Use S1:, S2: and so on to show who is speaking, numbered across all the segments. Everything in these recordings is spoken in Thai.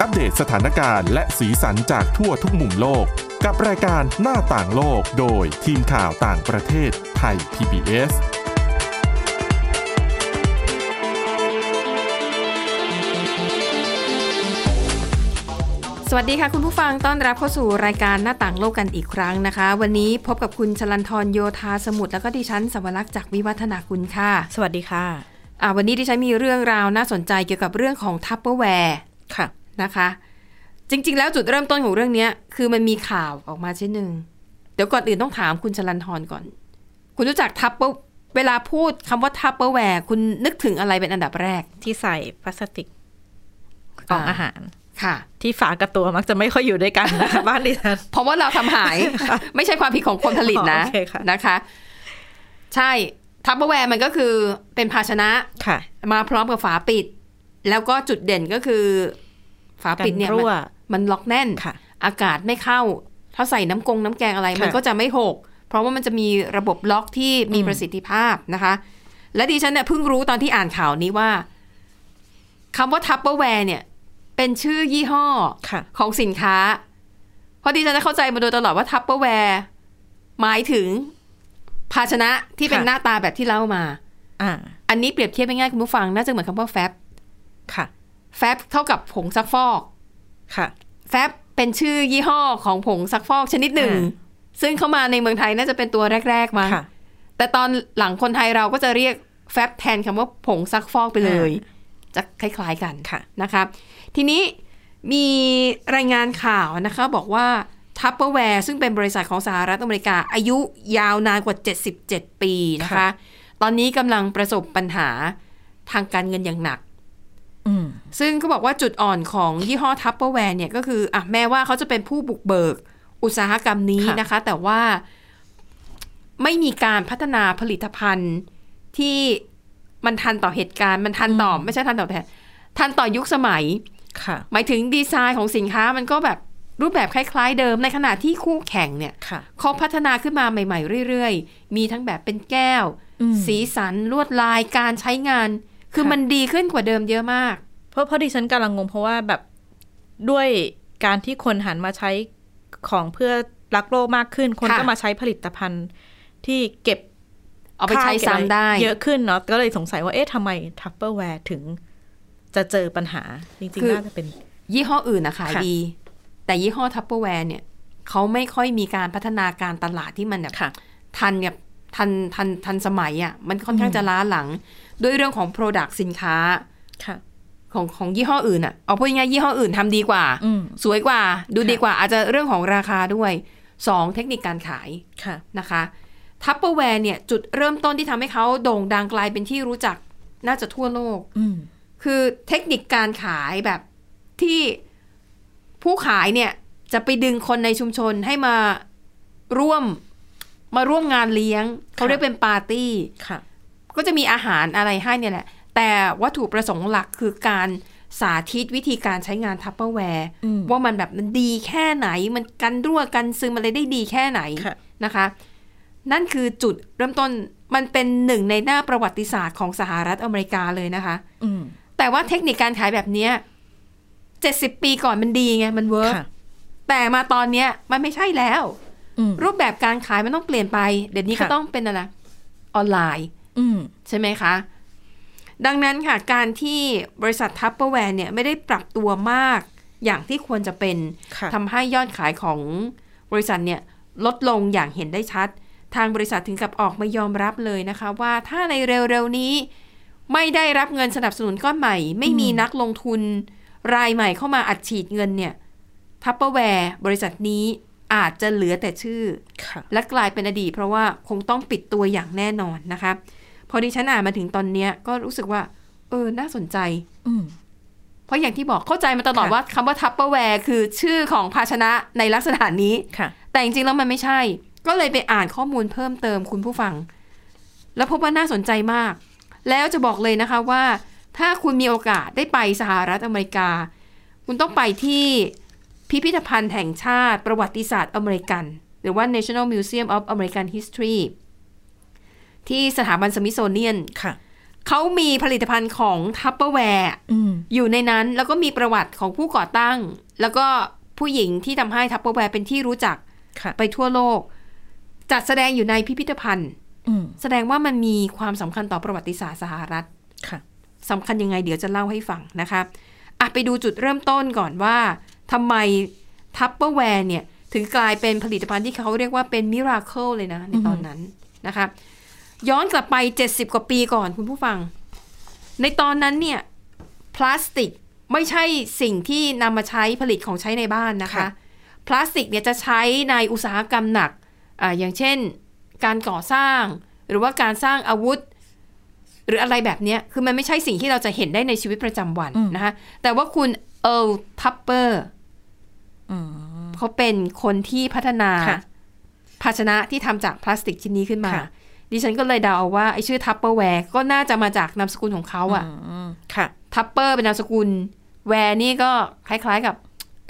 S1: อัปเดตสถานการณ์และสีสันจากทั่วทุกมุมโลก กับรายการหน้าต่างโลกโดยทีมข่าวต่างประเทศไทย PBS
S2: สวัสดีค่ะคุณผู้ฟังต้อนรับเข้าสู่รายการหน้าต่างโลกกันอีกครั้งนะคะ วันนี้พบกับคุณชลันทรโยธาสมุทรแล้วก็ดิฉันสวรักษ์จากวิวัฒนาคุณค่ะ
S3: สวัสดีค่ะ
S2: อ่าวันนี้ดิฉันมีเรื่องราวน่าสนใจเกี่ยวกับเรื่องของทัพเปอร์แวร์
S3: ค่ะ
S2: นะคะ จริง ๆ แล้วจุดเริ่มต้นของเรื่องเนี้ยคือมันมีข่าวออกมาเช่นหนึ่งเดี๋ยวก่อนอื่นต้องถามคุณชลันทรก่อน คุณรู้จักทัพเปอร์เวลาพูดคำว่าทัพเปอร์แวร์คุณนึกถึงอะไรเป็นอันดับแรก
S3: ที่ใส่พลาสติกกล่อง
S2: อ่า
S3: อาหาร
S2: ค่ะ
S3: ที่ฝากับตัวมักจะไม่ค่อยอยู่ด้วยกัน นะคะ บ้านดิฉัน
S2: เพราะว่าเราทำ หาย ไม่ใช่ความผิดของคนผลิตนะ
S3: อ๋อโอเคค่ะ
S2: นะคะ ใช่ทัพเปอร์แวร์มันก็คือเป็นภาชนะ
S3: ค่ะ
S2: มาพร้อมกับฝาปิด แล้วก็จุดเด่นก็คือ ฝา
S3: กั
S2: ปิดเนี่ย
S3: รั่ว
S2: มันมันล็อกแน่น
S3: ค่ะ
S2: อากาศไม่เข้า ถ้าใส่น้ำกงน้ำแกงอะไร
S3: ค่ะ
S2: มันก็จะไม่หก เพราะว่ามันจะมีระบบล็อกที่มี
S3: อืม
S2: ประสิทธิภาพนะคะ และดิฉันเนี่ยเพิ่งรู้ตอนที่อ่านข่าวนี้ว่าคำว่าทัพเปอร์แวร์เนี่ย เป็นชื่อยี่ห้อ
S3: ค่ะ
S2: ของสินค้า เพราะดิฉันจะเข้าใจมาโดยตลอดว่าทัพเปอร์แวร์หมายถึง ภาชนะที่เป็น
S3: ค่ะ
S2: หน้าตาแบบที่เล่ามา
S3: อ่า
S2: อันนี้เปรียบเทียบง่ายๆคุณผู้ฟัง น่าจะเหมือนคำว่าแฟบ
S3: ค่ะ
S2: แฟบเท่ากับผงซักฟอก
S3: ค่ะ
S2: แฟบเป็นชื่อยี่ห้อของผงซักฟอกชนิดหนึ่ง
S3: อ่
S2: ซึ่งเข้ามาในเมืองไทยน่าจะเป็นตัวแรก ๆมั้ง
S3: ค่ะ
S2: แต่ตอนหลังคนไทยเราก็จะเรียกแฟบแทนคำว่าผงซักฟอกไปเลย จะคล้าย ๆ กัน
S3: ค่ะ
S2: นะคะ ทีนี้มีรายงานข่าวนะคะ บอกว่าทัพเปอร์แวร์ซึ่งเป็นบริษัทของสหรัฐอเมริกา อายุยาวนานกว่า 77 ปีนะคะ ตอนนี้กำลังประสบปัญหาทางการเงินอย่างหนัก
S3: อืม
S2: ซึ่งเขาบอกว่าจุดอ่อนของยี่ห้อทัพเปอร์แวร์เนี่ยก็คืออ่ะแม้ว่าเขาจะเป็นผู้บุกเบิกอุตสาหกรรมนี้นะคะ แต่ว่าไม่มีการพัฒนาผลิตภัณฑ์ที่มันทันต่อเหตุการณ์ มันทันต่อไม่ใช่ทันต่อแต่ทันต่อยุคสมัย
S3: ค่ะ
S2: หมายถึงดีไซน์ของสินค้ามันก็แบบรูปแบบคล้าย ๆ เดิมในขณะที่คู่แข่งเนี่ย
S3: ค่ะ
S2: เขาพัฒนาขึ้นมาใหม่ ๆ เรื่อยๆ มีทั้งแบบเป็นแก้ว
S3: อืม
S2: สีสันลวดลายการใช้งาน คือ
S3: ค่ะ
S2: มันดีขึ้นกว่าเดิมเยอะมาก
S3: เพราะเพราะดิฉันกำลังงงเพราะว่าแบบด้วยการที่คนหันมาใช้ของเพื่อรักโลกมากขึ้น คน
S2: ค่ะ
S3: ก็มาใช้ผลิตภัณฑ์ที่เก็บ
S2: เอาไปใช้
S3: ข้วเก็บอะร
S2: ซ้ำได้
S3: เยอะขึ้นเนาะก็เลยสงสัยว่าเอ๊ะทำไมทัพเปอร์แวร์ถึง จะเจอปัญหาจริง
S2: คื
S3: ๆ
S2: อ
S3: น่าจะเป็น
S2: ยี่ห้ออื่นนะขาย
S3: ค่ะ
S2: ดี แต่ยี่ห้อทัพเปอร์แวร์เนี่ยเขาไม่ค่อยมีการพัฒนาการตลาดที่มันแบบ
S3: ค่ะ
S2: ทันแบบทันทันทันสมัยอะ่ะมันค่อนข้าง
S3: อืม
S2: จะล้าหลัง ด้วยเรื่องของ Product สินค้า
S3: ค่ะ
S2: ของของยี่ห้ออื่นอะ่ะเอาพูดง่ายๆยี่ห้ออื่นทำดีกว่า
S3: อืม
S2: สวยกว่า ดู
S3: ค่ะ
S2: ดีกว่าอาจจะเรื่องของราคาด้วยสองเทคนิคการขาย
S3: ค่ะ
S2: นะคะทัพเปอร์แวร์เนี่ยจุดเริ่มต้นที่ทำให้เขาโด่งดังกลายเป็นที่รู้จักน่าจะทั่วโลก
S3: อืม
S2: คือเทคนิคการขายแบบที่ผู้ขายเนี่ยจะไปดึงคนในชุมชนให้มาร่วมมาร่วมงานเลี้ยง เขาเรียกเป็นปาร์ตี้
S3: ค่ะ
S2: ก็จะมีอาหารอะไรให้เนี่ยแหละ แต่วัตถุประสงค์หลักคือการสาธิตวิธีการใช้งานทัพเปอร์แวร์
S3: อืม
S2: ว่ามันแบบมันดีแค่ไหน มันกันรั่วกันซึมอะไรได้ดีแค่ไหน
S3: ค่ะ
S2: นะคะ นั่นคือจุดเริ่มต้นมันเป็นหนึ่งในหน้าประวัติศาสตร์ของสหรัฐอเมริกาเลยนะคะ
S3: อืม
S2: แต่ว่าเทคนิคการขายแบบเนี้ยเจ็ดสิบปีก่อนมันดีไง มันเวิร์ก
S3: ค่ะ
S2: แต่มาตอนเนี้ยมันไม่ใช่แล้ว
S3: อืม
S2: รูปแบบการขายมันต้องเปลี่ยนไป เดี๋ยวนี้ก็
S3: ค่ะ
S2: ต้องเป็นอะไรออนไลน์
S3: อืม
S2: ใช่ไหมคะ ดังนั้นค่ะ การที่บริษัททัพเปอร์แวร์เนี่ยไม่ได้ปรับตัวมาก อย่างที่ควรจะเป็น
S3: ค่ะ
S2: ทำให้ยอดขายของบริษัทเนี่ยลดลงอย่างเห็นได้ชัด ทางบริษัทถึงกับออกมายอมรับเลยนะคะ ว่าถ้าในเร็วๆนี้ ไม่ได้รับเงินสนับสนุนก้อนใหม่ ไม่มีนักลงทุน รายใหม่เข้ามาอัดฉีดเงินเนี่ยทัพเปอร์แวร์บริษัทนี้อาจจะเหลือแต่ชื่อ
S3: ค่ะ
S2: และกลายเป็นอดีตเพราะว่าคงต้องปิดตัวอย่างแน่นอนนะคะ พอดิฉันอ่านมาถึงตอนเนี้ยก็รู้สึกว่า เออ น่าสนใจ
S3: อืม
S2: เพราะอย่างที่บอกเข้าใจมาตลอด
S3: ค่ะ
S2: ว่าคำว่าทัพเปอร์แวร์คือชื่อของภาชนะในลักษณะนี้
S3: ค่ะ
S2: แต่จริงๆแล้วมันไม่ใช่ ก็เลยไปอ่านข้อมูลเพิ่มเติมคุณผู้ฟัง แล้วพบว่าน่าสนใจมาก แล้วจะบอกเลยนะคะว่า ถ้าคุณมีโอกาสได้ไปสหรัฐอเมริกา คุณต้องไปที่พิพิธภัณฑ์แห่งชาติประวัติศาสตร์อเมริกัน หรือว่า National Museum of American History ที่สถาบันสมิโซเนียน
S3: ค่ะ
S2: เขามีผลิตภัณฑ์ของทัพเปอร์แวร์
S3: อืม
S2: อยู่ในนั้นแล้วก็มีประวัติของผู้ก่อตั้ง แล้วก็ผู้หญิงที่ทำให้ทัพเปอร์แวร์เป็นที่รู้จัก
S3: ค่ะ
S2: ไปทั่วโลก จัดแสดงอยู่ในพิพิธภัณฑ์
S3: อืม
S2: แสดงว่ามันมีความสำคัญต่อประวัติศาสตร์สหรัฐ
S3: ค่ะ
S2: สำคัญยังไงเดี๋ยวจะเล่าให้ฟังนะคะอ่ะไปดูจุดเริ่มต้นก่อนว่าทำไมทัพเปอร์แวร์เนี่ย ถึงกลายเป็นผลิตภัณฑ์ที่เขาเรียกว่าเป็นมิราเคิลเลยนะ ในตอนนั้นนะคะย้อนกลับไป 70 กว่าปีก่อนคุณผู้ฟัง ในตอนนั้นเนี่ย พลาสติกไม่ใช่สิ่งที่นำมาใช้ผลิตของใช้ในบ้านนะคะ
S3: ค่ะ
S2: พลาสติกเนี่ยจะใช้ในอุตสาหกรรมหนักอาอย่างเช่น การก่อสร้าง หรือว่าการสร้างอาวุธ หรืออะไรแบบเนี้ยคือมันไม่ใช่สิ่งที่เราจะเห็นได้ในชีวิตประจำวันนะคะ แต่ว่าคุณเอิร์ลทัปเปอร์
S3: อืม
S2: เขาเป็นคนที่พัฒนา
S3: ค่ะ
S2: ภาชนะที่ทำจากพลาสติกชิ้นนี้ขึ้นมา
S3: ค่ะ
S2: ดิฉันก็เลยเดาเอาว่าไอ้ชื่อทัปเปอร์แวร์ก็น่าจะมาจากนามสกุลของเขาอะ
S3: อืมค่ะ
S2: ทัปเปอร์เป็นนามสกุล แวร์นี่ก็คล้ายๆกับ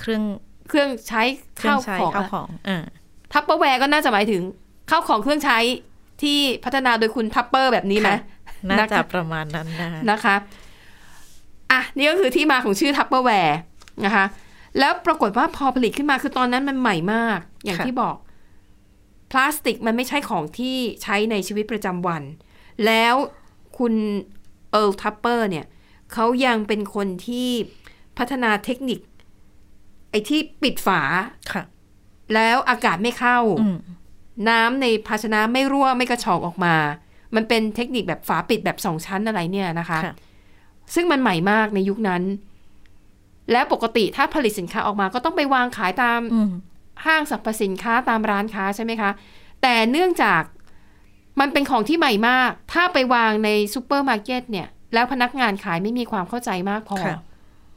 S3: เครื่อง
S2: เครื่องใช้
S3: เครื่อ
S2: ข้าง ว
S3: ใช้
S2: ของ
S3: ข้าวของอ่า
S2: ทัปเปอร์แวร์ก็น่าจะหมายถึงข้าวของเครื่องใช้ที่พัฒนาโดยคุณทัปเปอร์แบบนี้ไหม
S3: ค่ะน่า
S2: นะคะ
S3: จะประมาณนั้นนะคะ
S2: นะคะอ่ะนี่ก็คือที่มาของชื่อทัปเปอร์แวร์นะคะ แล้วปรากฏว่าพอผลิตขึ้นมาคือตอนนั้นมันใหม่มาก อย่างที่บอก พลาสติกมันไม่ใช่ของที่ใช้ในชีวิตประจำวัน แล้วคุณเอิร์ลทัปเปอร์เนี่ยเขายังเป็นคนที่พัฒนาเทคนิค ไอ้ที่ปิดฝา
S3: ค่ะ
S2: แล้วอากาศไม่เข้า
S3: อืม
S2: น้ำในภาชนะไม่รั่วไม่กระชอกออกมา มันเป็นเทคนิคแบบฝาปิดแบบสองชั้นอะไรเนี่ยนะคะ
S3: ค่ะ
S2: ซึ่งมันใหม่มากในยุคนั้น และปกติถ้าผลิตสินค้าออกมาก็ต้องไปวางขายตาม
S3: อืม
S2: ห้างสรรพสินค้าตามร้านค้าใช่ไหมคะ แต่เนื่องจากมันเป็นของที่ใหม่มาก ถ้าไปวางในซูเปอร์มาร์เก็ตเนี่ย แล้วพนักงานขายไม่มีความเข้าใจมากพอ
S3: ค่ะ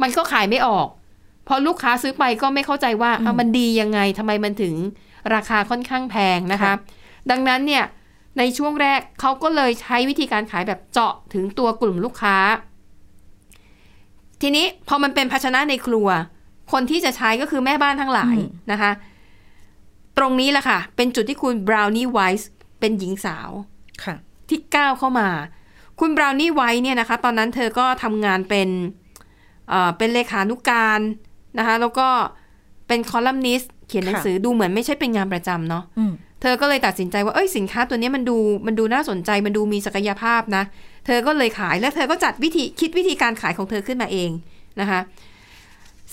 S2: มันก็ขายไม่ออก เพราะลูกค้าซื้อไปก็ไม่เข้าใจว่าอ่ะมันดียังไงทำไมมันถึงราคาค่อนข้างแพงนะคะ
S3: ค่ะ
S2: ดังนั้นเนี่ยในช่วงแรกเขาก็เลยใช้วิธีการขายแบบเจาะถึงตัวกลุ่มลูกค้า ทีนี้พอมันเป็นภาชนะในครัว คนที่จะใช้ก็คือแม่บ้านทั้งหลายนะคะ ตรงนี้แหละค่ะ เป็นจุดที่คุณบราวนี่ไวส์เป็นหญิงสาว
S3: ค่ะ
S2: ที่ก้าวเข้ามา คุณบราวนี่ไว้เนี่ยนะคะ ตอนนั้นเธอก็ทำงานเป็นเอ่อเป็นเลขานุการนะคะ แล้วก็เป็นคอลัมนิสต์เขียนหนัง
S3: ค่ะ
S2: สือดูเหมือนไม่ใช่เป็นงานประจำเนาะ
S3: อืม
S2: เธอก็เลยตัดสินใจว่า เอ้ยสินค้าตัวเนี้ยมันดูมันดูน่าสนใจมันดูมีศักยภาพนะ เธอก็เลยขายแล้วเธอก็จัดวิธีคิดวิธีการขายของเธอขึ้นมาเองนะคะ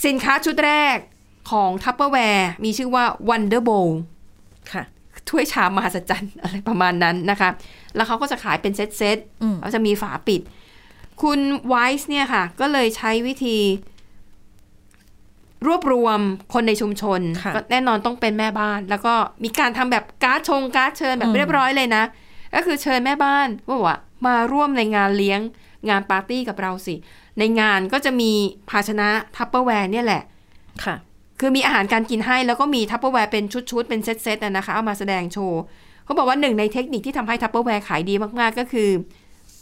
S2: สินค้าชุดแรกของทัพเปอร์แวร์มีชื่อว่า Wonder Bowl
S3: ค่ะ
S2: ถ้วยชามมหัศจรรย์ อะไรประมาณนั้นนะคะ แล้วเขาก็จะขายเป็นเซตเซตๆ
S3: อืม
S2: เขาจะมีฝาปิด คุณไวส์เนี่ยค่ะ ก็เลยใช้วิธี รวบรวมคนในชุมชน
S3: ค่ะ
S2: ก็แน่นอนต้องเป็นแม่บ้าน แล้วก็มีการทำแบบการ์ดชงการ์ดเชิญแบบ
S3: อืม
S2: เรียบร้อยเลยนะ ก็คือเชิญแม่บ้านว่าว่ามาร่วมในงานเลี้ยงงานปาร์ตี้กับเราสิ ในงานก็จะมีภาชนะทัพเปอร์แวร์เนี่ยแหละ
S3: ค่ะ
S2: คือมีอาหารการกินให้แล้วก็มีทัพเปอร์แวร์เป็นชุดๆ เป็นเซตๆอะนะคะ เอามาแสดงโชว์เขาบอกว่าหนึ่งในเทคนิคที่ทำให้ทัพเปอร์แวร์ขายดีมากๆ ก็คือ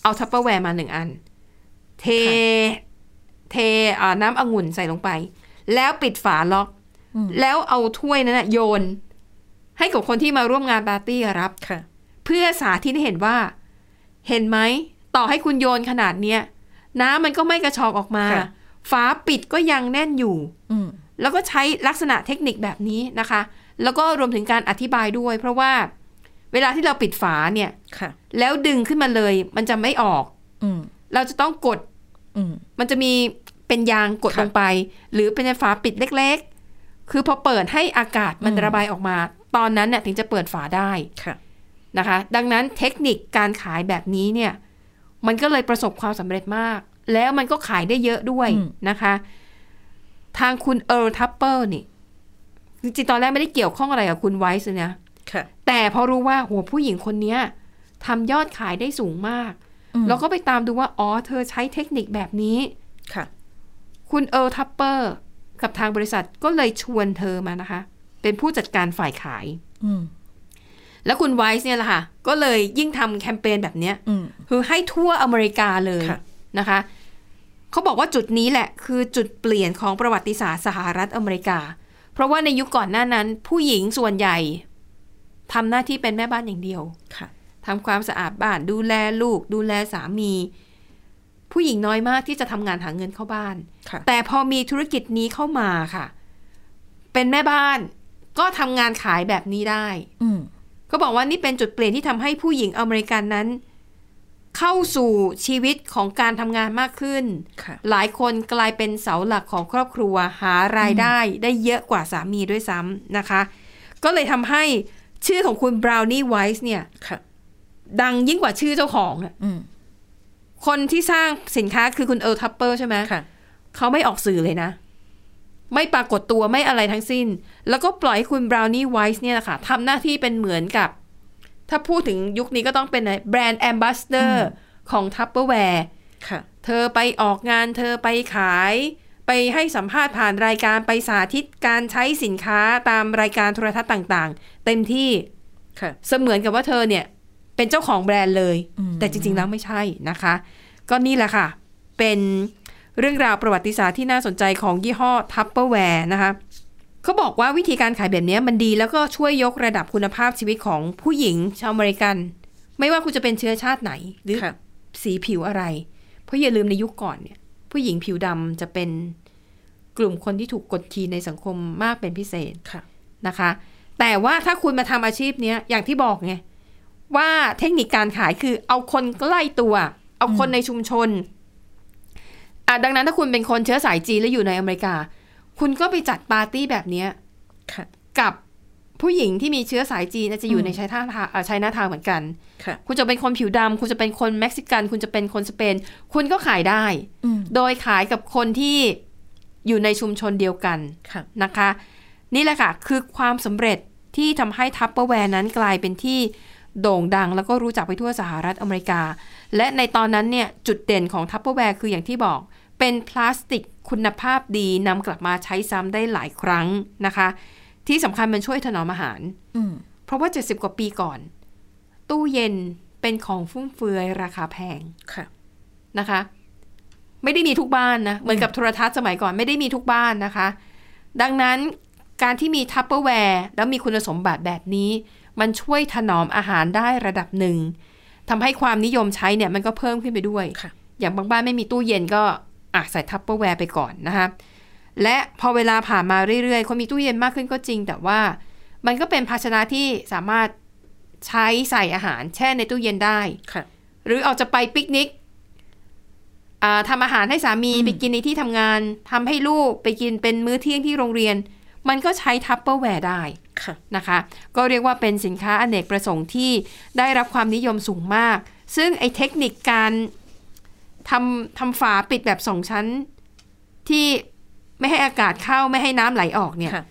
S2: เอาทัพเปอร์แวร์มาหนึ่งอัน เท เทอ่าน้ำองุ่นใส่ลงไป แล้วปิดฝาล็อก
S3: อืม
S2: แล้วเอาถ้วยนั้นนะโยน ให้กับคนที่มาร่วมงานปาร์ตี้รับ
S3: ค่ะ
S2: เพื่อสาธิตให้เห็นว่า เห็นไหม ต่อให้คุณโยนขนาดเนี้ยน้ำมันก็ไม่กระชอกออกมา
S3: ค่ะ
S2: ฝาปิดก็ยังแน่นอยู่
S3: อืม
S2: แล้วก็ใช้ลักษณะเทคนิคแบบนี้นะคะ แล้วก็รวมถึงการอธิบายด้วย เพราะว่าเวลาที่เราปิดฝาเนี่ย
S3: ค่ะ
S2: แล้วดึงขึ้นมาเลย มันจะไม่ออก
S3: อืม
S2: เราจะต้องกด
S3: อืม
S2: มันจะมีเป็นยางกด
S3: ค่ะ
S2: ลงไป หรือเป็นฝาปิดเล็กๆ คือพอเปิดให้อากาศมัน
S3: อืม
S2: ระบายออกมา ตอนนั้นเนี่ยถึงจะเปิดฝาได้
S3: ค่ะ
S2: นะคะ ดังนั้นเทคนิคการขายแบบนี้เนี่ย มันก็เลยประสบความสำเร็จมาก แล้วมันก็ขายได้เยอะด้วย
S3: อืม
S2: นะคะ ทางคุณเอ r ร์ทัปเปิลนี่จริงๆตอนแรกไม่ได้เกี่ยวข้องอะไรกับคุณไวส์เลยนะ
S3: ค่ะ
S2: แต่พอรู้ว่าโหัวผู้หญิงคนเนี้ยทำยอดขายได้สูงมาก
S3: อืม
S2: แล้วก็ไปตามดูว่า อ๋อ เธอใช้เทคนิคแบบนี้
S3: ค่ะ
S2: คุณเอ r ร์ทัปเปอร์กับทางบริษัทก็เลยชวนเธอมานะคะ เป็นผู้จัดการฝ่ายขาย
S3: อืม
S2: แล้วคุณไวส์เนี่ยแหละค่ะ ก็เลยยิ่งทำแคมเปญแบบเนี้ย
S3: อืม
S2: คือให้ทั่วอเมริกาเลย
S3: ค่ะ
S2: นะคะ เขาบอกว่าจุดนี้แหละคือจุดเปลี่ยนของประวัติศาสตร์สหรัฐอเมริกา เพราะว่าในยุคก่อนหน้านั้น ผู้หญิงส่วนใหญ่ทำหน้าที่เป็นแม่บ้านอย่างเดียว
S3: ค่ะ
S2: ทำความสะอาดบ้านดูแลลูก ดูแลสามี ผู้หญิงน้อยมากที่จะทำงานหาเงินเข้าบ้าน
S3: ค่ะ
S2: แต่พอมีธุรกิจนี้เข้ามาค่ะ เป็นแม่บ้านก็ทำงานขายแบบนี้ได้
S3: อืม
S2: ก็บอกว่านี่เป็นจุดเปลี่ยนที่ทำให้ผู้หญิงอเมริกันนั้น เข้าสู่ชีวิตของการทำงานมากขึ้น
S3: ค่ะ
S2: หลายคนกลายเป็นเสาหลักของครอบครัวหารายได้ได้เยอะกว่าสามีด้วยซ้ำนะคะ ก็เลยทำให้ชื่อของคุณบราวนี่ไวส์เนี่ย
S3: ค่ะ
S2: ดังยิ่งกว่าชื่อเจ้าของอะ
S3: อืม
S2: คนที่สร้างสินค้าคือคุณเอ l ร์ทัปเปอร์ใช่ไหม
S3: ค่ะ
S2: เขาไม่ออกสื่อเลยนะ ไม่ปรากฏตัวไม่อะไรทั้งสิ้น แล้วก็ปล่อยให้คุณบราวนี่ไวส์เนี่ยแหละค่ะทำหน้าที่เป็นเหมือนกับ ถ้าพูดถึงยุคนี้ก็ต้องเป็นแบรนด์แอมบาสเดอร์ของทัพเปอร์แวร์
S3: ค่ะ
S2: เธอไปออกงานเธอไปขาย ไปให้สัมภาษณ์ผ่านรายการไปสาธิตการใช้สินค้าตามรายการโทรทัศน์ต่างๆ เต็มที่
S3: ค่ะ
S2: เสมือนกับว่าเธอเนี่ย เป็นเจ้าของแบรนด์เลย
S3: อืม
S2: แต่จริงๆแล้วไม่ใช่นะคะ ก็นี่แหละค่ะ เป็นเรื่องราวประวัติศาสตร์ที่น่าสนใจของยี่ห้อทัพเปอร์แวร์นะคะเขาบอกว่าวิธีการขายแบบเนี้ยมันดีแล้วก็ช่วยยกระดับคุณภาพชีวิตของผู้หญิงชาวอเมริกัน ไม่ว่าคุณจะเป็นเชื้อชาติไหนหรือ
S3: ค่ะ
S2: สีผิวอะไร เพราะอย่าลืมในยุคก่อนเนี่ย ผู้หญิงผิวดำจะเป็นกลุ่มคนที่ถูกกดขี่ในสังคมมากเป็นพิเศษ
S3: ค่ะ
S2: นะคะ แต่ว่าถ้าคุณมาทำอาชีพเนี้ยอย่างที่บอกไง ว่าเทคนิคการขายคือเอาคนใกล้ตัว เอาคนในชุมชนอ่ะดังนั้นถ้าคุณเป็นคนเชื้อสายจีนและอยู่ในอเมริกา คุณก็ไปจัดปาร์ตี้แบบเนี้ย
S3: ค่ะ
S2: กับผู้หญิงที่มีเชื้อสายจีนอาจจะอยู่
S3: อืม
S2: ในชายท่าทางอ่ะชายหน้าทางเหมือนกัน
S3: ค่ะ
S2: คุณจะเป็นคนผิวดำ คุณจะเป็นคนเม็กซิกัน คุณจะเป็นคนสเปน คุณก็ขายได้
S3: อืม
S2: โดยขายกับคนที่อยู่ในชุมชนเดียวกัน
S3: ค่ะ
S2: นะคะ นี่แหละค่ะ คือความสำเร็จที่ทำให้ทัพเปอร์แวร์นั้นกลายเป็นที่โด่งดัง แล้วก็รู้จักไปทั่วสหรัฐอเมริกา และในตอนนั้นเนี่ย จุดเด่นของทัพเปอร์แวร์คืออย่างที่บอก เป็นพลาสติกคุณภาพดีนำกลับมาใช้ซ้ำได้หลายครั้งนะคะ ที่สำคัญมันช่วยถนอมอาหาร
S3: อืม
S2: เพราะว่า 70 กว่าปีก่อน ตู้เย็นเป็นของฟุ่มเฟือยราคาแพง
S3: ค่ะ
S2: นะคะ ไม่ได้มีทุกบ้านนะ เหมือนกับโทรทัศน์สมัยก่อนไม่ได้มีทุกบ้านนะคะ ดังนั้นการที่มีทัพเปอร์แวร์แล้วมีคุณสมบัติแบบนี้ มันช่วยถนอมอาหารได้ระดับหนึ่งทำให้ความนิยมใช้เนี่ยมันก็เพิ่มขึ้นไปด้วย
S3: ค่ะ
S2: อย่างบางบ้านไม่มีตู้เย็นก็อ่ะใส่ทัพเปอร์แวร์ไปก่อนนะคะและพอเวลาผ่านมาเรื่อยๆคนมีตู้เย็นมากขึ้นก็จริง แต่ว่ามันก็เป็นภาชนะที่สามารถใช้ใส่อาหารแช่ในตู้เย็นได้
S3: ค่ะ
S2: หรือเอาจะไปปิกนิกอ่าทำอาหารให้สามี
S3: อืม
S2: ไปกินในที่ทำงานทำให้ลูกไปกินเป็นมื้อเที่ยงที่โรงเรียน มันก็ใช้ทัพเปอร์แวร์ได้
S3: ค่ะ
S2: นะคะก็เรียกว่าเป็นสินค้าอเนกประสงค์ที่ได้รับความนิยมสูงมาก ซึ่งไอเทคนิคการทำทำฝาปิดแบบสองชั้น ที่ไม่ให้อากาศเข้าไม่ให้น้ำไหลออกเนี่ย
S3: ค่ะ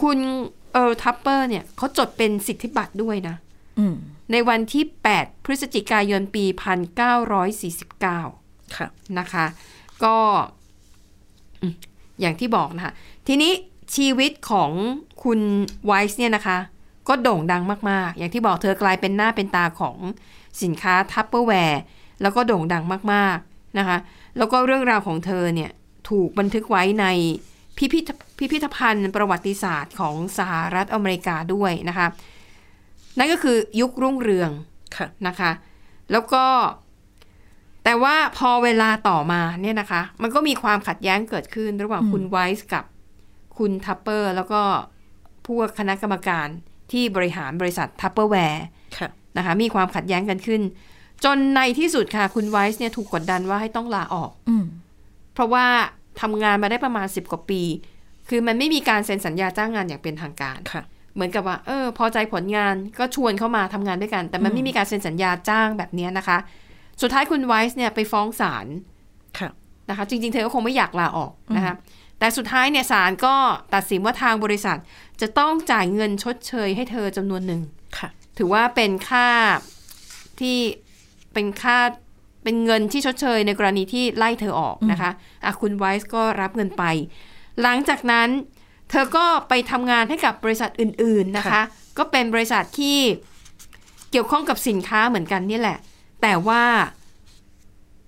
S2: คุณเออทัปเปอร์เนี่ยเขาจดเป็นสิทธิบัตรด้วยนะ
S3: อืม
S2: ในวันที่ 8 พฤศจิกายนปี 1949
S3: ค่ะ
S2: นะคะก็อืมอย่างที่บอกนะคะทีนี้ชีวิตของคุณไวส์เนี่ยนะคะ ก็โด่งดังมาก ๆ อย่างที่บอกเธอกลายเป็นหน้าเป็นตาของสินค้าทัพเปอร์แวร์แล้วก็โด่งดังมาก ๆ นะคะ แล้วก็เรื่องราวของเธอเนี่ย ถูกบันทึกไว้ในพิพิธพิพิธภัณฑ์ประวัติศาสตร์ของสหรัฐอเมริกาด้วยนะคะ นั่นก็คือยุครุ่งเรือง
S3: ค่ะ
S2: นะคะแล้วก็แต่ว่าพอเวลาต่อมาเนี่ยนะคะ มันก็มีความขัดแย้งเกิดขึ้นระหว่าง
S3: อืม
S2: คุณไวส์กับคุณทัพเปอร์แล้วก็พวกคณะกรรมการที่บริหารบริษัททัพเปอร์แวร์
S3: ค่ะ
S2: นะคะมีความขัดแย้งกันขึ้น จนในที่สุดค่ะ คุณไวส์เนี่ยถูกกดดันว่าให้ต้องลาออก
S3: อืม
S2: เพราะว่าทำงานมาได้ประมาณ 10 กว่าปี คือมันไม่มีการเซ็นสัญญาจ้างงานอย่างเป็นทางการ
S3: ค่ะ
S2: เหมือนกับว่า เออ พอใจผลงานก็ชวนเข้ามาทำงานด้วยกัน แต่มัน
S3: อืม
S2: ไม่มีการเซ็นสัญญาจ้างแบบเนี้ยนะคะ สุดท้ายคุณไวส์เนี่ยไปฟ้องศาล
S3: ค่ะ
S2: นะคะ จริง ๆ เธอก็คงไม่อยากลาออกนะคะ แต่สุดท้ายเนี่ยศาลก็ตัดสินว่าทางบริษัทจะต้องจ่ายเงินชดเชยให้เธอจำนวนหนึ่ง
S3: ค่ะ
S2: ถือว่าเป็นค่าที่เป็นค่าเป็นเงินที่ชดเชยในกรณีที่ไล่เธอออกนะคะอ่ะคุณไวส์ก็รับเงินไป หลังจากนั้นเธอก็ไปทำงานให้กับบริษัทอื่นๆนะคะ
S3: ค่ะ
S2: ก็เป็นบริษัทที่เกี่ยวข้องกับสินค้าเหมือนกันนี่แหละ แต่ว่า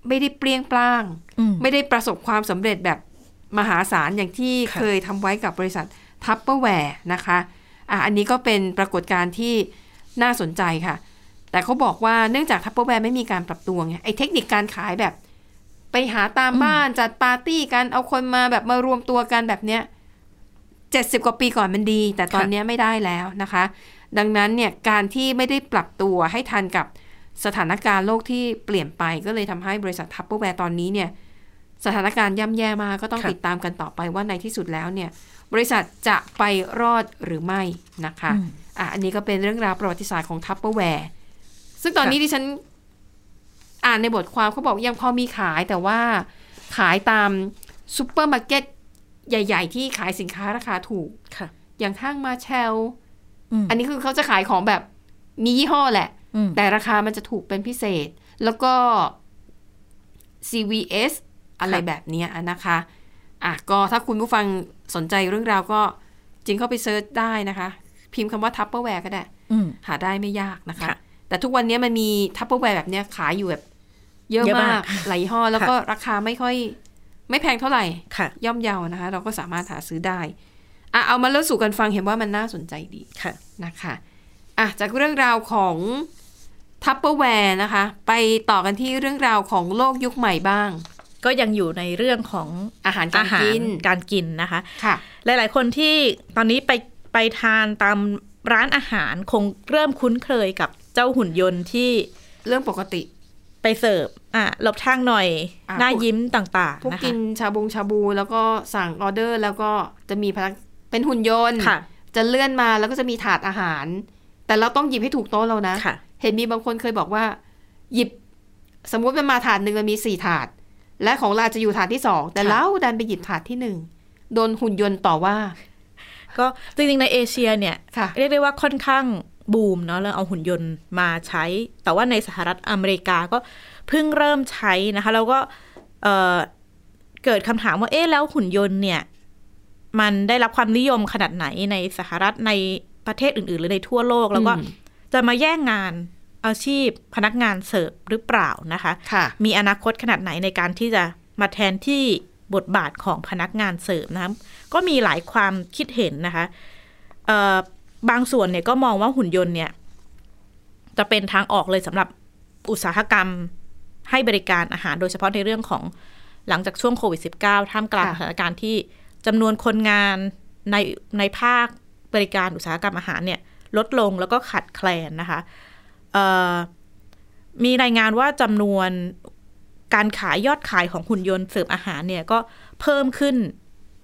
S2: ไม่ได้เปรี้ยงปร้าง
S3: อืม
S2: ไม่ได้ประสบความสำเร็จแบบมหาศาลอย่างที่
S3: ค่ะ
S2: เคยทำไว้กับบริษัททัพเปอร์แวร์นะคะอ่ะอันนี้ก็เป็นปรากฏการณ์ที่น่าสนใจค่ะ แต่เขาบอกว่าเนื่องจากทัพเปอร์แวร์ไม่มีการปรับตัวไงไอ้เทคนิคการขายแบบ ไปหาตามบ้านจัดปาร์ตี้กันเอาคนมาแบบมารวมตัวกันแบบเนี้ยเจ็ดสิบกว่าปีก่อนมันดี แต่ตอน
S3: ค่ะ
S2: เนี้ยไม่ได้แล้วนะคะ ดังนั้นเนี่ยการที่ไม่ได้ปรับตัวให้ทันกับสถานการณ์โลกที่เปลี่ยนไปก็เลยทำให้บริษัททัพเปอร์แวร์ตอนนี้เนี่ย สถานการณ์ย่ำแย่มากก็ต้อง
S3: ค่ะ
S2: ติดตามกันต่อไปว่าในที่สุดแล้วเนี่ย บริษัทจะไปรอดหรือไม่นะคะอ่ะอันนี้ก็เป็นเรื่องราวประวัติศาสตร์ของทัพเปอร์แวร์ซึ่งตอนนี้ที่ฉันอ่านในบทความเขาบอกยังพอมีขายแต่ว่าขายตามซูเปอร์มาร์เก็ตใหญ่ ๆ ที่ขายสินค้าราคาถูก
S3: ค่ะ
S2: อย่างห้างมาแชล
S3: อืม
S2: อันนี้คือเขาจะขายของแบบมียี่ห้อแหละ
S3: อืม
S2: แต่ราคามันจะถูกเป็นพิเศษ แล้วก็ CVS อะไรแบบเนี้ยนะคะ อ่ะก็ถ้าคุณผู้ฟังสนใจเรื่องราวก็จริงเข้าไปเซิร์ชได้นะคะ พิมพ์คำว่าทัพเปอร์แวร์ก็ได้
S3: อืม
S2: หาได้ไม่ยากนะคะ
S3: ค่ะ
S2: แต่ทุกวันนี้มันมีทัพเปอร์แวร์แบบเนี้ยขายอยู่แบบ เยอะ
S3: เย
S2: มาม
S3: อะาก ก
S2: หลายยี่ห้อแล้ว
S3: ค่ะ
S2: ก็ราคาไม่ค่อย ไม่แพงเท่าไหร่
S3: ค่ะ
S2: ย่อมเยานะคะ เราก็สามารถหาซื้อได้อ่ะเอามาเล่าสู่กันฟังเห็นว่ามันน่าสนใจดี
S3: ค่ะ
S2: นะคะอ่ะจากเรื่องราวของทัพเปอร์แวร์นะคะ ไปต่อกันที่เรื่องราวของโลกยุคใหม่บ้าง
S3: ก็ยังอยู่ในเรื่องของ
S2: อาหารกา
S3: อาร หาร
S2: กิน
S3: การกินนะคะ
S2: ค่ะ
S3: หลาย ๆ คนที่ตอนนี้ไปไปทานตามร้านอาหารคงเริ่มคุ้นเคยกับเจ้าหุ่นยนต์ที่
S2: เรื่องปกติ
S3: ไปเสิร์ฟอ่ะหลบทางหน่อย
S2: อ่ะ
S3: หน้ายิ้มต่าง
S2: พวก
S3: ๆ นะ
S2: กิ
S3: คะ
S2: นชาบงชาบูแล้วก็สั่งออเดอร์ แล้วก็จะมีพนักเป็นหุ่นยนต์
S3: ค่ะ
S2: จะเลื่อนมาแล้วก็จะมีถาดอาหาร แต่เราต้องหยิบให้ถูกโต๊ะเรานะ
S3: ค่ะ
S2: เห็นมีบางคนเคยบอกว่า หยิบสมมุติมันมาถาดหนึ่งมันมีสี่ถาด และของเราจะอยู่ถาดที่สองแต่
S3: ค่ะ
S2: เราดันไปหยิบถาดที่หนึ่งโดนหุ่นยนต์ต่อว่า
S3: ก็จริง ๆ ในเอเชียเนี่ย
S2: ค่ะ
S3: เรียกได้ว่าค่อนข้างบูมเนาะเรื่องเอาหุ่นยนต์มาใช้ แต่ว่าในสหรัฐอเมริกาก็เพิ่งเริ่มใช้นะคะ แล้วก็เอ่อเกิดคำถามว่าเอ๊ะแล้วหุ่นยนต์เนี่ย มันได้รับความนิยมขนาดไหนในสหรัฐในประเทศอื่น ๆ หรือในทั่วโลก แล้วก็
S2: อืม
S3: จะมาแย่งงานอาชีพพนักงานเสิร์ฟหรือเปล่านะคะ
S2: ค่ะ
S3: มีอนาคตขนาดไหนในการที่จะมาแทนที่บทบาทของพนักงานเสิร์ฟนะคะก็มีหลายความคิดเห็นนะคะเอ่อบางส่วนเนี่ยก็มองว่าหุ่นยนต์เนี่ย จะเป็นทางออกเลยสำหรับอุตสาหกรรมให้บริการอาหารโดยเฉพาะในเรื่องของหลังจากช่วงโควิด -19 ท่ามกลาง
S2: ค่ะ
S3: สถานการณ์ที่จำนวนคนงานในในภาคบริการอุตสาหกรรมอาหารเนี่ย ลดลงแล้วก็ขาดแคลนนะคะเอ่อมีรายงานว่าจำนวนการขายยอดขายของหุ่นยนต์เสิร์ฟอาหารเนี่ยก็เพิ่มขึ้น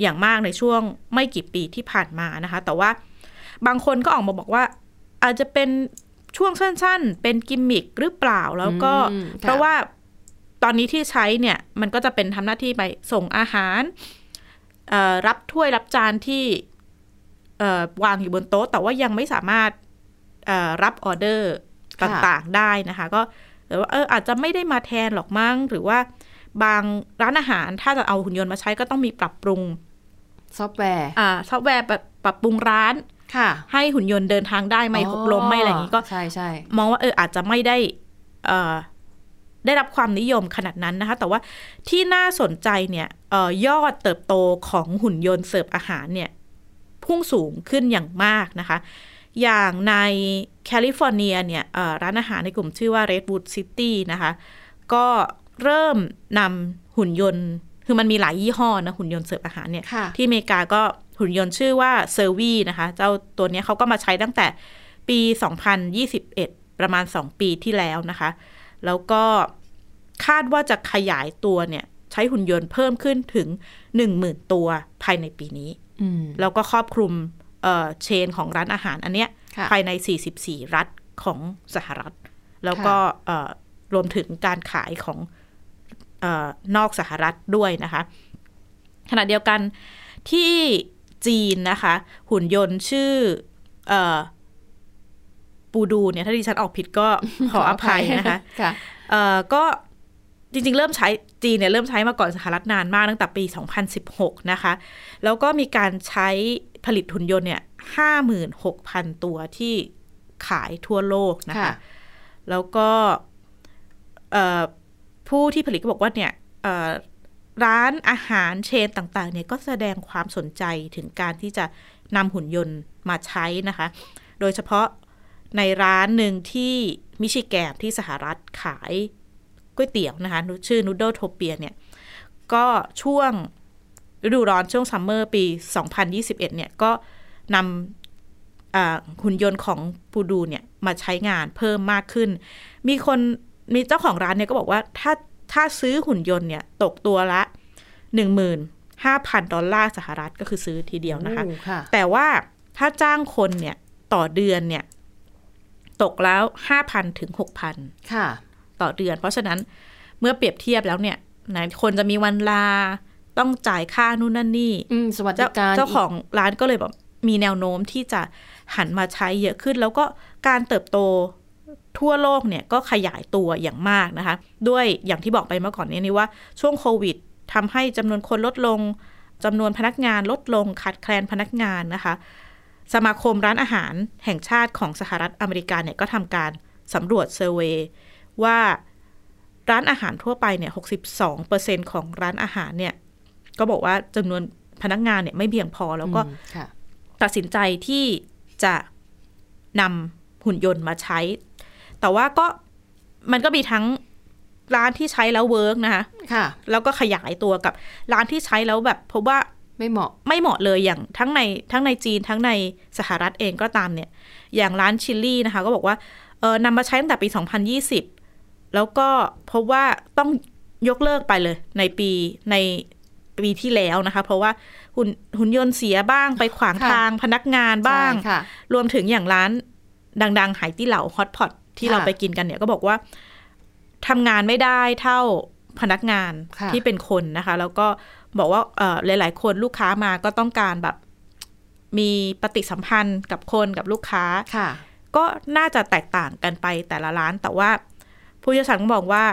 S3: อย่างมากในช่วงไม่กี่ปีที่ผ่านมานะคะ แต่ว่าบางคนก็ออกมาบอกว่า อาจจะเป็นช่วงสั้นๆ เป็นกิมมิคหรือเปล่าแล้วก็
S2: อืมค่ะ
S3: เพราะว่าตอนนี้ที่ใช้เนี่ยมันก็จะเป็นทำหน้าที่ไปส่งอาหารเอ่อรับถ้วยรับจานที่เอ่อวางอยู่บนโต๊ะ แต่ว่ายังไม่สามารถเอ่อรับออเดอร์
S2: ค่ะ
S3: ต่างๆได้นะคะ ก็หรือว่าเอออาจจะไม่ได้มาแทนหรอกมั้งหรือว่าบางร้านอาหารถ้าจะเอาหุ่นยนต์มาใช้ก็ต้องมีปรับปรุง
S2: ซอฟต์แวร์
S3: อ่าซอฟต์แวร์ปรับปรับปรุงร้าน
S2: ค่ะ
S3: ให้หุ่นยนต์เดินทางได้ไม่หกล้มไม่อะไรอย่างนี้ก็
S2: ใช่ใช่
S3: มองว่าเอออาจจะไม่ได้เอ่อได้รับความนิยมขนาดนั้นนะคะ แต่ว่าที่น่าสนใจเนี่ยเออยอดเติบโตของหุ่นยนต์เสิร์ฟอาหารเนี่ยพุ่งสูงขึ้นอย่างมากนะคะ อย่างในแคลิฟอร์เนียเนี่ยเอ่อร้านอาหารในกลุ่มชื่อว่า Redwood City นะคะ ก็เริ่มนำหุ่นยนต์ คือมันมีหลายยี่ห้อนะหุ่นยนต์เสิร์ฟอาหารเนี่ย
S2: ค่ะ
S3: ที่อเมริกาก็หุ่นยนต์ชื่อว่าเซอร์วีนะคะ เจ้าตัวเนี้ยเขาก็มาใช้ตั้งแต่ปี 2021 ประมาณ 2 ปีที่แล้วนะคะ แล้วก็คาดว่าจะขยายตัวเนี่ย ใช้หุ่นยนต์เพิ่มขึ้นถึง 10,000 ตัวภายในปีนี้
S2: อืม
S3: แล้วก็ครอบคลุมเอ่อเชนของร้านอาหารอันเนี้ย
S2: ค่ะ
S3: ภายใน 44 รัฐของสหรัฐ แล้วก็เอ่อรวมถึงการขายของเออนอกสหรัฐด้วยนะคะ ขณะเดียวกันที่จีนนะคะ หุ่นยนต์ชื่อเออปูดูเนี่ยถ้าดิฉันออกผิดก็ขออภัยนะคะ
S2: ค่ะ
S3: เอ่อก็จริงๆ เริ่มใช้จีนเนี่ยเริ่มใช้มาก่อนสหรัฐนานมากตั้งแต่ปี 2016 นะคะ แล้วก็มีการใช้ผลิตหุ่นยนต์เนี่ย 56,000 ตัวที่ขายทั่วโลกนะคะ
S2: ค่ะ
S3: แล้วก็เอ่อผู้ที่ผลิตก็บอกว่าเนี่ยเอ่อร้านอาหารเชนต่างๆเนี่ยก็แสดงความสนใจถึงการที่จะนำหุ่นยนต์มาใช้นะคะ โดยเฉพาะในร้านหนึ่งที่มิชิแกนที่สหรัฐขาย ก๋วยเตี๋ยวนะคะชื่อนูดเดิลโทเปียเนี่ยก็ช่วงฤดูร้อนช่วงซัมเมอร์ปี 2021เนี่ยก็นำอ่าหุ่นยนต์ของปูดูเนี่ยมาใช้งานเพิ่มมากขึ้น มีคนมีเจ้าของร้านเนี่ยก็บอกว่าถ้าถ้าซื้อหุ่นยนต์เนี่ยตกตัวละ 15,000 ดอลลาร์สหรัฐก็คือซื้อทีเดียวนะคะ
S2: โอ้ค่ะ
S3: แต่ว่าถ้าจ้างคนเนี่ยต่อเดือนเนี่ยตกแล้ว 5,000 ถึง 6,000
S2: ค่ะ
S3: ต่อเดือน เพราะฉะนั้นเมื่อเปรียบเทียบแล้วเนี่ยไหนคนจะมีวันลาต้องจ่ายค่านู่นนั่นนี่
S2: อืม สวัส
S3: เจ้า
S2: ดิการ
S3: เจ้าของร้านก็เลยแบบมีแนวโน้มที่จะหันมาใช้เยอะขึ้น แล้วก็การเติบโตทั่วโลกเนี่ยก็ขยายตัวอย่างมากนะคะ ด้วยอย่างที่บอกไปเมื่อก่อนเนี้นี่ว่าช่วงโควิดทำให้จำนวนคนลดลงจำนวนพนักงานลดลงขาดแคลนพนักงานนะคะ สมาคมร้านอาหารแห่งชาติของสหรัฐอเมริกาเนี่ยก็ทำการสำรวจเซอร์เวยว่าร้านอาหารทั่วไปเนี่ย62%ของร้านอาหารเนี่ย ก็บอกว่าจำนวนพนักงานเนี่ยไม่เพียงพอแล้วก็
S2: อืมค่ะ
S3: ตัดสินใจที่จะนำหุ่นยนต์มาใช้ แต่ว่าก็มันก็มีทั้งร้านที่ใช้แล้วเวิร์กนะคะ
S2: ค่ะ
S3: แล้วก็ขยายตัวกับร้านที่ใช้แล้วแบบพบว่า
S2: ไม่เหมาะ
S3: ไม่เหมาะเลยอย่างทั้งในทั้งในจีนทั้งในสหรัฐเองก็ตามเนี่ย อย่างร้านชิลลี่นะคะ ก็บอกว่าเออนำมาใช้ตั้งแต่ปี 2020 แล้วก็พบว่าต้องยกเลิกไปเลยในปีในปีที่แล้วนะคะ เพราะว่าหุ่นหุ่นยนต์เสียบ้างไปขวาง
S2: ค่ะ
S3: ทางพนักงานบ้าง
S2: ใช่ค่ะ
S3: รวมถึงอย่างร้านดังๆ ไหตี้เหลาฮอตพอตที่
S2: ค่ะ
S3: เราไปกินกันเนี่ยก็บอกว่าทำงานไม่ได้เท่าพนักงาน
S2: ค่ะ
S3: ที่เป็นคนนะคะ แล้วก็บอกว่าเอ่อหลาย ๆ คนลูกค้ามาก็ต้องการแบบมีปฏิสัมพันธ์กับคนกับลูกค้า
S2: ค่ะ
S3: ก็น่าจะแตกต่างกันไปแต่ละร้าน แต่ว่าผู้เชี่ยวชาญก็บอกว่า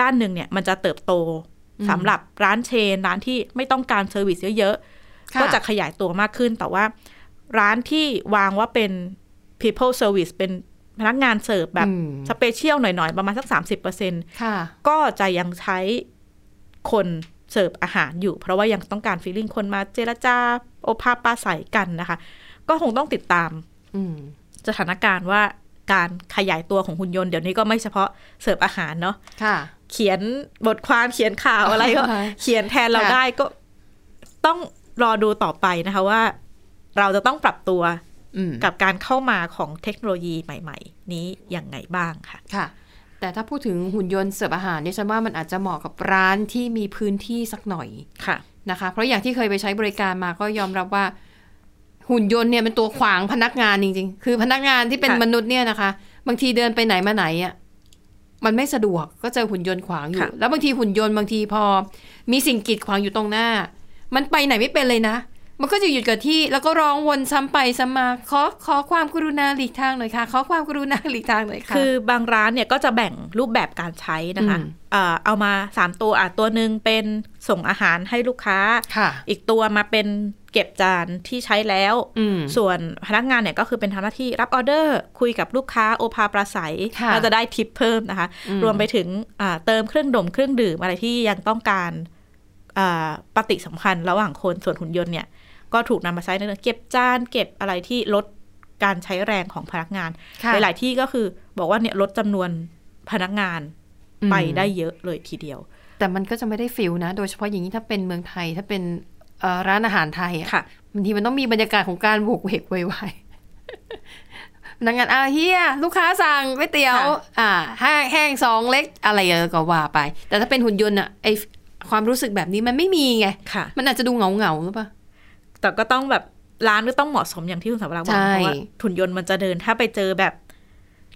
S3: ด้านหนึ่งเนี่ยมันจะเติบโต
S2: อืม
S3: สำหรับร้านเชน ร้านที่ไม่ต้องการเซอร์วิสเยอะๆ
S2: ค่
S3: ก็จะขยายตัวมากขึ้น แต่ว่าร้านที่วางว่าเป็น people service เป็นพนักงานเสิร์ฟแบบ
S2: อืม
S3: สเปเชียลหน่อยๆ ประมาณสัก 30%
S2: ค่ะ
S3: ก็จะยังใช้คนเสิร์ฟอาหารอยู่ เพราะว่ายังต้องการฟีลลิ่งคนมาเจรจาโอภาปปาใสกันนะคะ ก็คงต้องติดตาม
S2: อืม
S3: สถานการณ์ว่าการขยายตัวของหุ่นยนต์เดี๋ยวนี้ก็ไม่เฉพาะเสิร์ฟอาหารเนาะ
S2: ค่ะ
S3: เขียนบทความเขียนข่าวอะไรก็
S2: อ่าฮะ
S3: เขียนแทนเรา
S2: ค่ะ
S3: ได้ก็ต้องรอดูต่อไปนะคะว่า เราจะต้องปรับตัว
S2: อืม
S3: กับการเข้ามาของเทคโนโลยีใหม่ ๆ นี้อย่างไงบ้างค่ะ
S2: ค่ะ แต่ถ้าพูดถึงหุ่นยนต์เสิร์ฟอาหารเนี่ยฉันว่ามันอาจจะเหมาะกับร้านที่มีพื้นที่สักหน่อย
S3: ค่ะ
S2: นะคะ เพราะอย่างที่เคยไปใช้บริการมาก็ยอมรับว่า หุ่นยนต์เนี่ยเป็นตัวขวางพนักงานจริง ๆ คือพนักงานที่เป็น
S3: ค่ะ
S2: มนุษย์เนี่ยนะคะ บางทีเดินไปไหนมาไหนอ่ะมันไม่สะดวกก็เจอหุ่นยนต์ขวางอยู่
S3: ค่ะ
S2: แล้วบางทีหุ่นยนต์บางทีพอ มีสิ่งกีดขวางอยู่ตรงหน้า มันไปไหนไม่เป็นเลยนะ มันก็จะหยุดกับที่แล้วก็ร้องวนซ้ำไปซ้ำมาขอขอความกรุณาหลีกทางหน่อยค่ะ ขอความกรุณาหลีกทางหน่อยค่ะ
S3: คือบางร้านเนี่ยก็จะแบ่งรูปแบบการใช้นะคะ
S2: อืม
S3: เอ่อเอามาสามตัวอ่ะตัวหนึ่งเป็นส่งอาหารให้ลูกค้า
S2: ค่ะ
S3: อีกตัวมาเป็นเก็บจานที่ใช้แล้ว
S2: อืม
S3: ส่วนพนักงานเนี่ยก็คือเป็นทำหน้าที่รับออเดอร์คุยกับลูกค้าโอภาปราศัย
S2: ค่ะ
S3: น่าจะได้ทิปเพิ่มนะคะ
S2: อืม
S3: รวมไปถึงอ่าเติมเครื่องดมเครื่องดื่มอะไรที่ยังต้องการอ่าปฏิสัมพันธ์ระหว่างคนส่วนหุ่นยนต์เนี่ย ก็ถูกนำมาใช้ในเรื่องเก็บจานเก็บอะไรที่ลดการใช้แรงของพนักงาน
S2: ค่ะ
S3: หลาย ๆ ที่ก็คือบอกว่าเนี่ยลดจำนวนพนักงาน
S2: อืม
S3: ไปได้เยอะเลยทีเดียว
S2: แต่มันก็จะไม่ได้ฟิลนะ โดยเฉพาะอย่างนี้ถ้าเป็นเมืองไทยถ้าเป็นเอ่อร้านอาหารไทยอะ
S3: ค่ะ
S2: บางทีมันต้องมีบรรยากาศของการโหวกเวกไวาย พนักงานอาเฮียลูกค้าสั่งก๋วยเตี๋ยว
S3: ค่ะ
S2: อ่าแห้งแห้งสองเล็กอะไรเออก็ว่าไป แต่ถ้าเป็นหุ่นยนต์อะไอความรู้สึกแบบนี้มันไม่มีไง
S3: ค่ะ
S2: มันอาจจะดูเหงาเหงาๆหรือเปล่า
S3: แต่ก็ต้องแบบร้านก็ต้องเหมาะสมอย่างที่คุณสาวรักษ์บอ
S2: ใช่
S3: กเพราะว่าถุนยนต์มันจะเดินถ้าไปเจอแบบ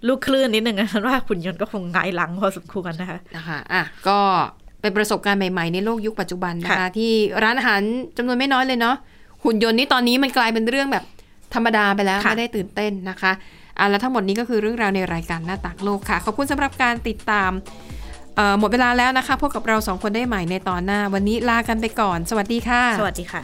S3: ลูกคลื่นนิดนึงนะฉันว่าหุ่นยนต์ก็คงหงายหลังพอสมควรนะคะ
S2: นะคะอ่ะก็เป็นประสบการณ์ใหม่ ๆ ในโลกยุคปัจจุบันนะคะ
S3: ค่ะ
S2: ที่ร้านอาหารจำนวนไม่น้อยเลยเนาะหุ่นยนต์นี่ตอนนี้มันกลายเป็นเรื่องแบบธรรมดาไปแล้ว
S3: ค่ะ
S2: ไม่ได้ตื่นเต้นนะคะอ่ะแล้วทั้งหมดนี้ก็คือเรื่องราวในรายการหน้าต่างโลกค่ะ ขอบคุณสำหรับการติดตามเอ่อหมดเวลาแล้วนะคะพบกับเราสองคนได้ใหม่ในตอนหน้า วันนี้ลากันไปก่อน สวัสดีค่ะ
S3: สวัสดีค่ะ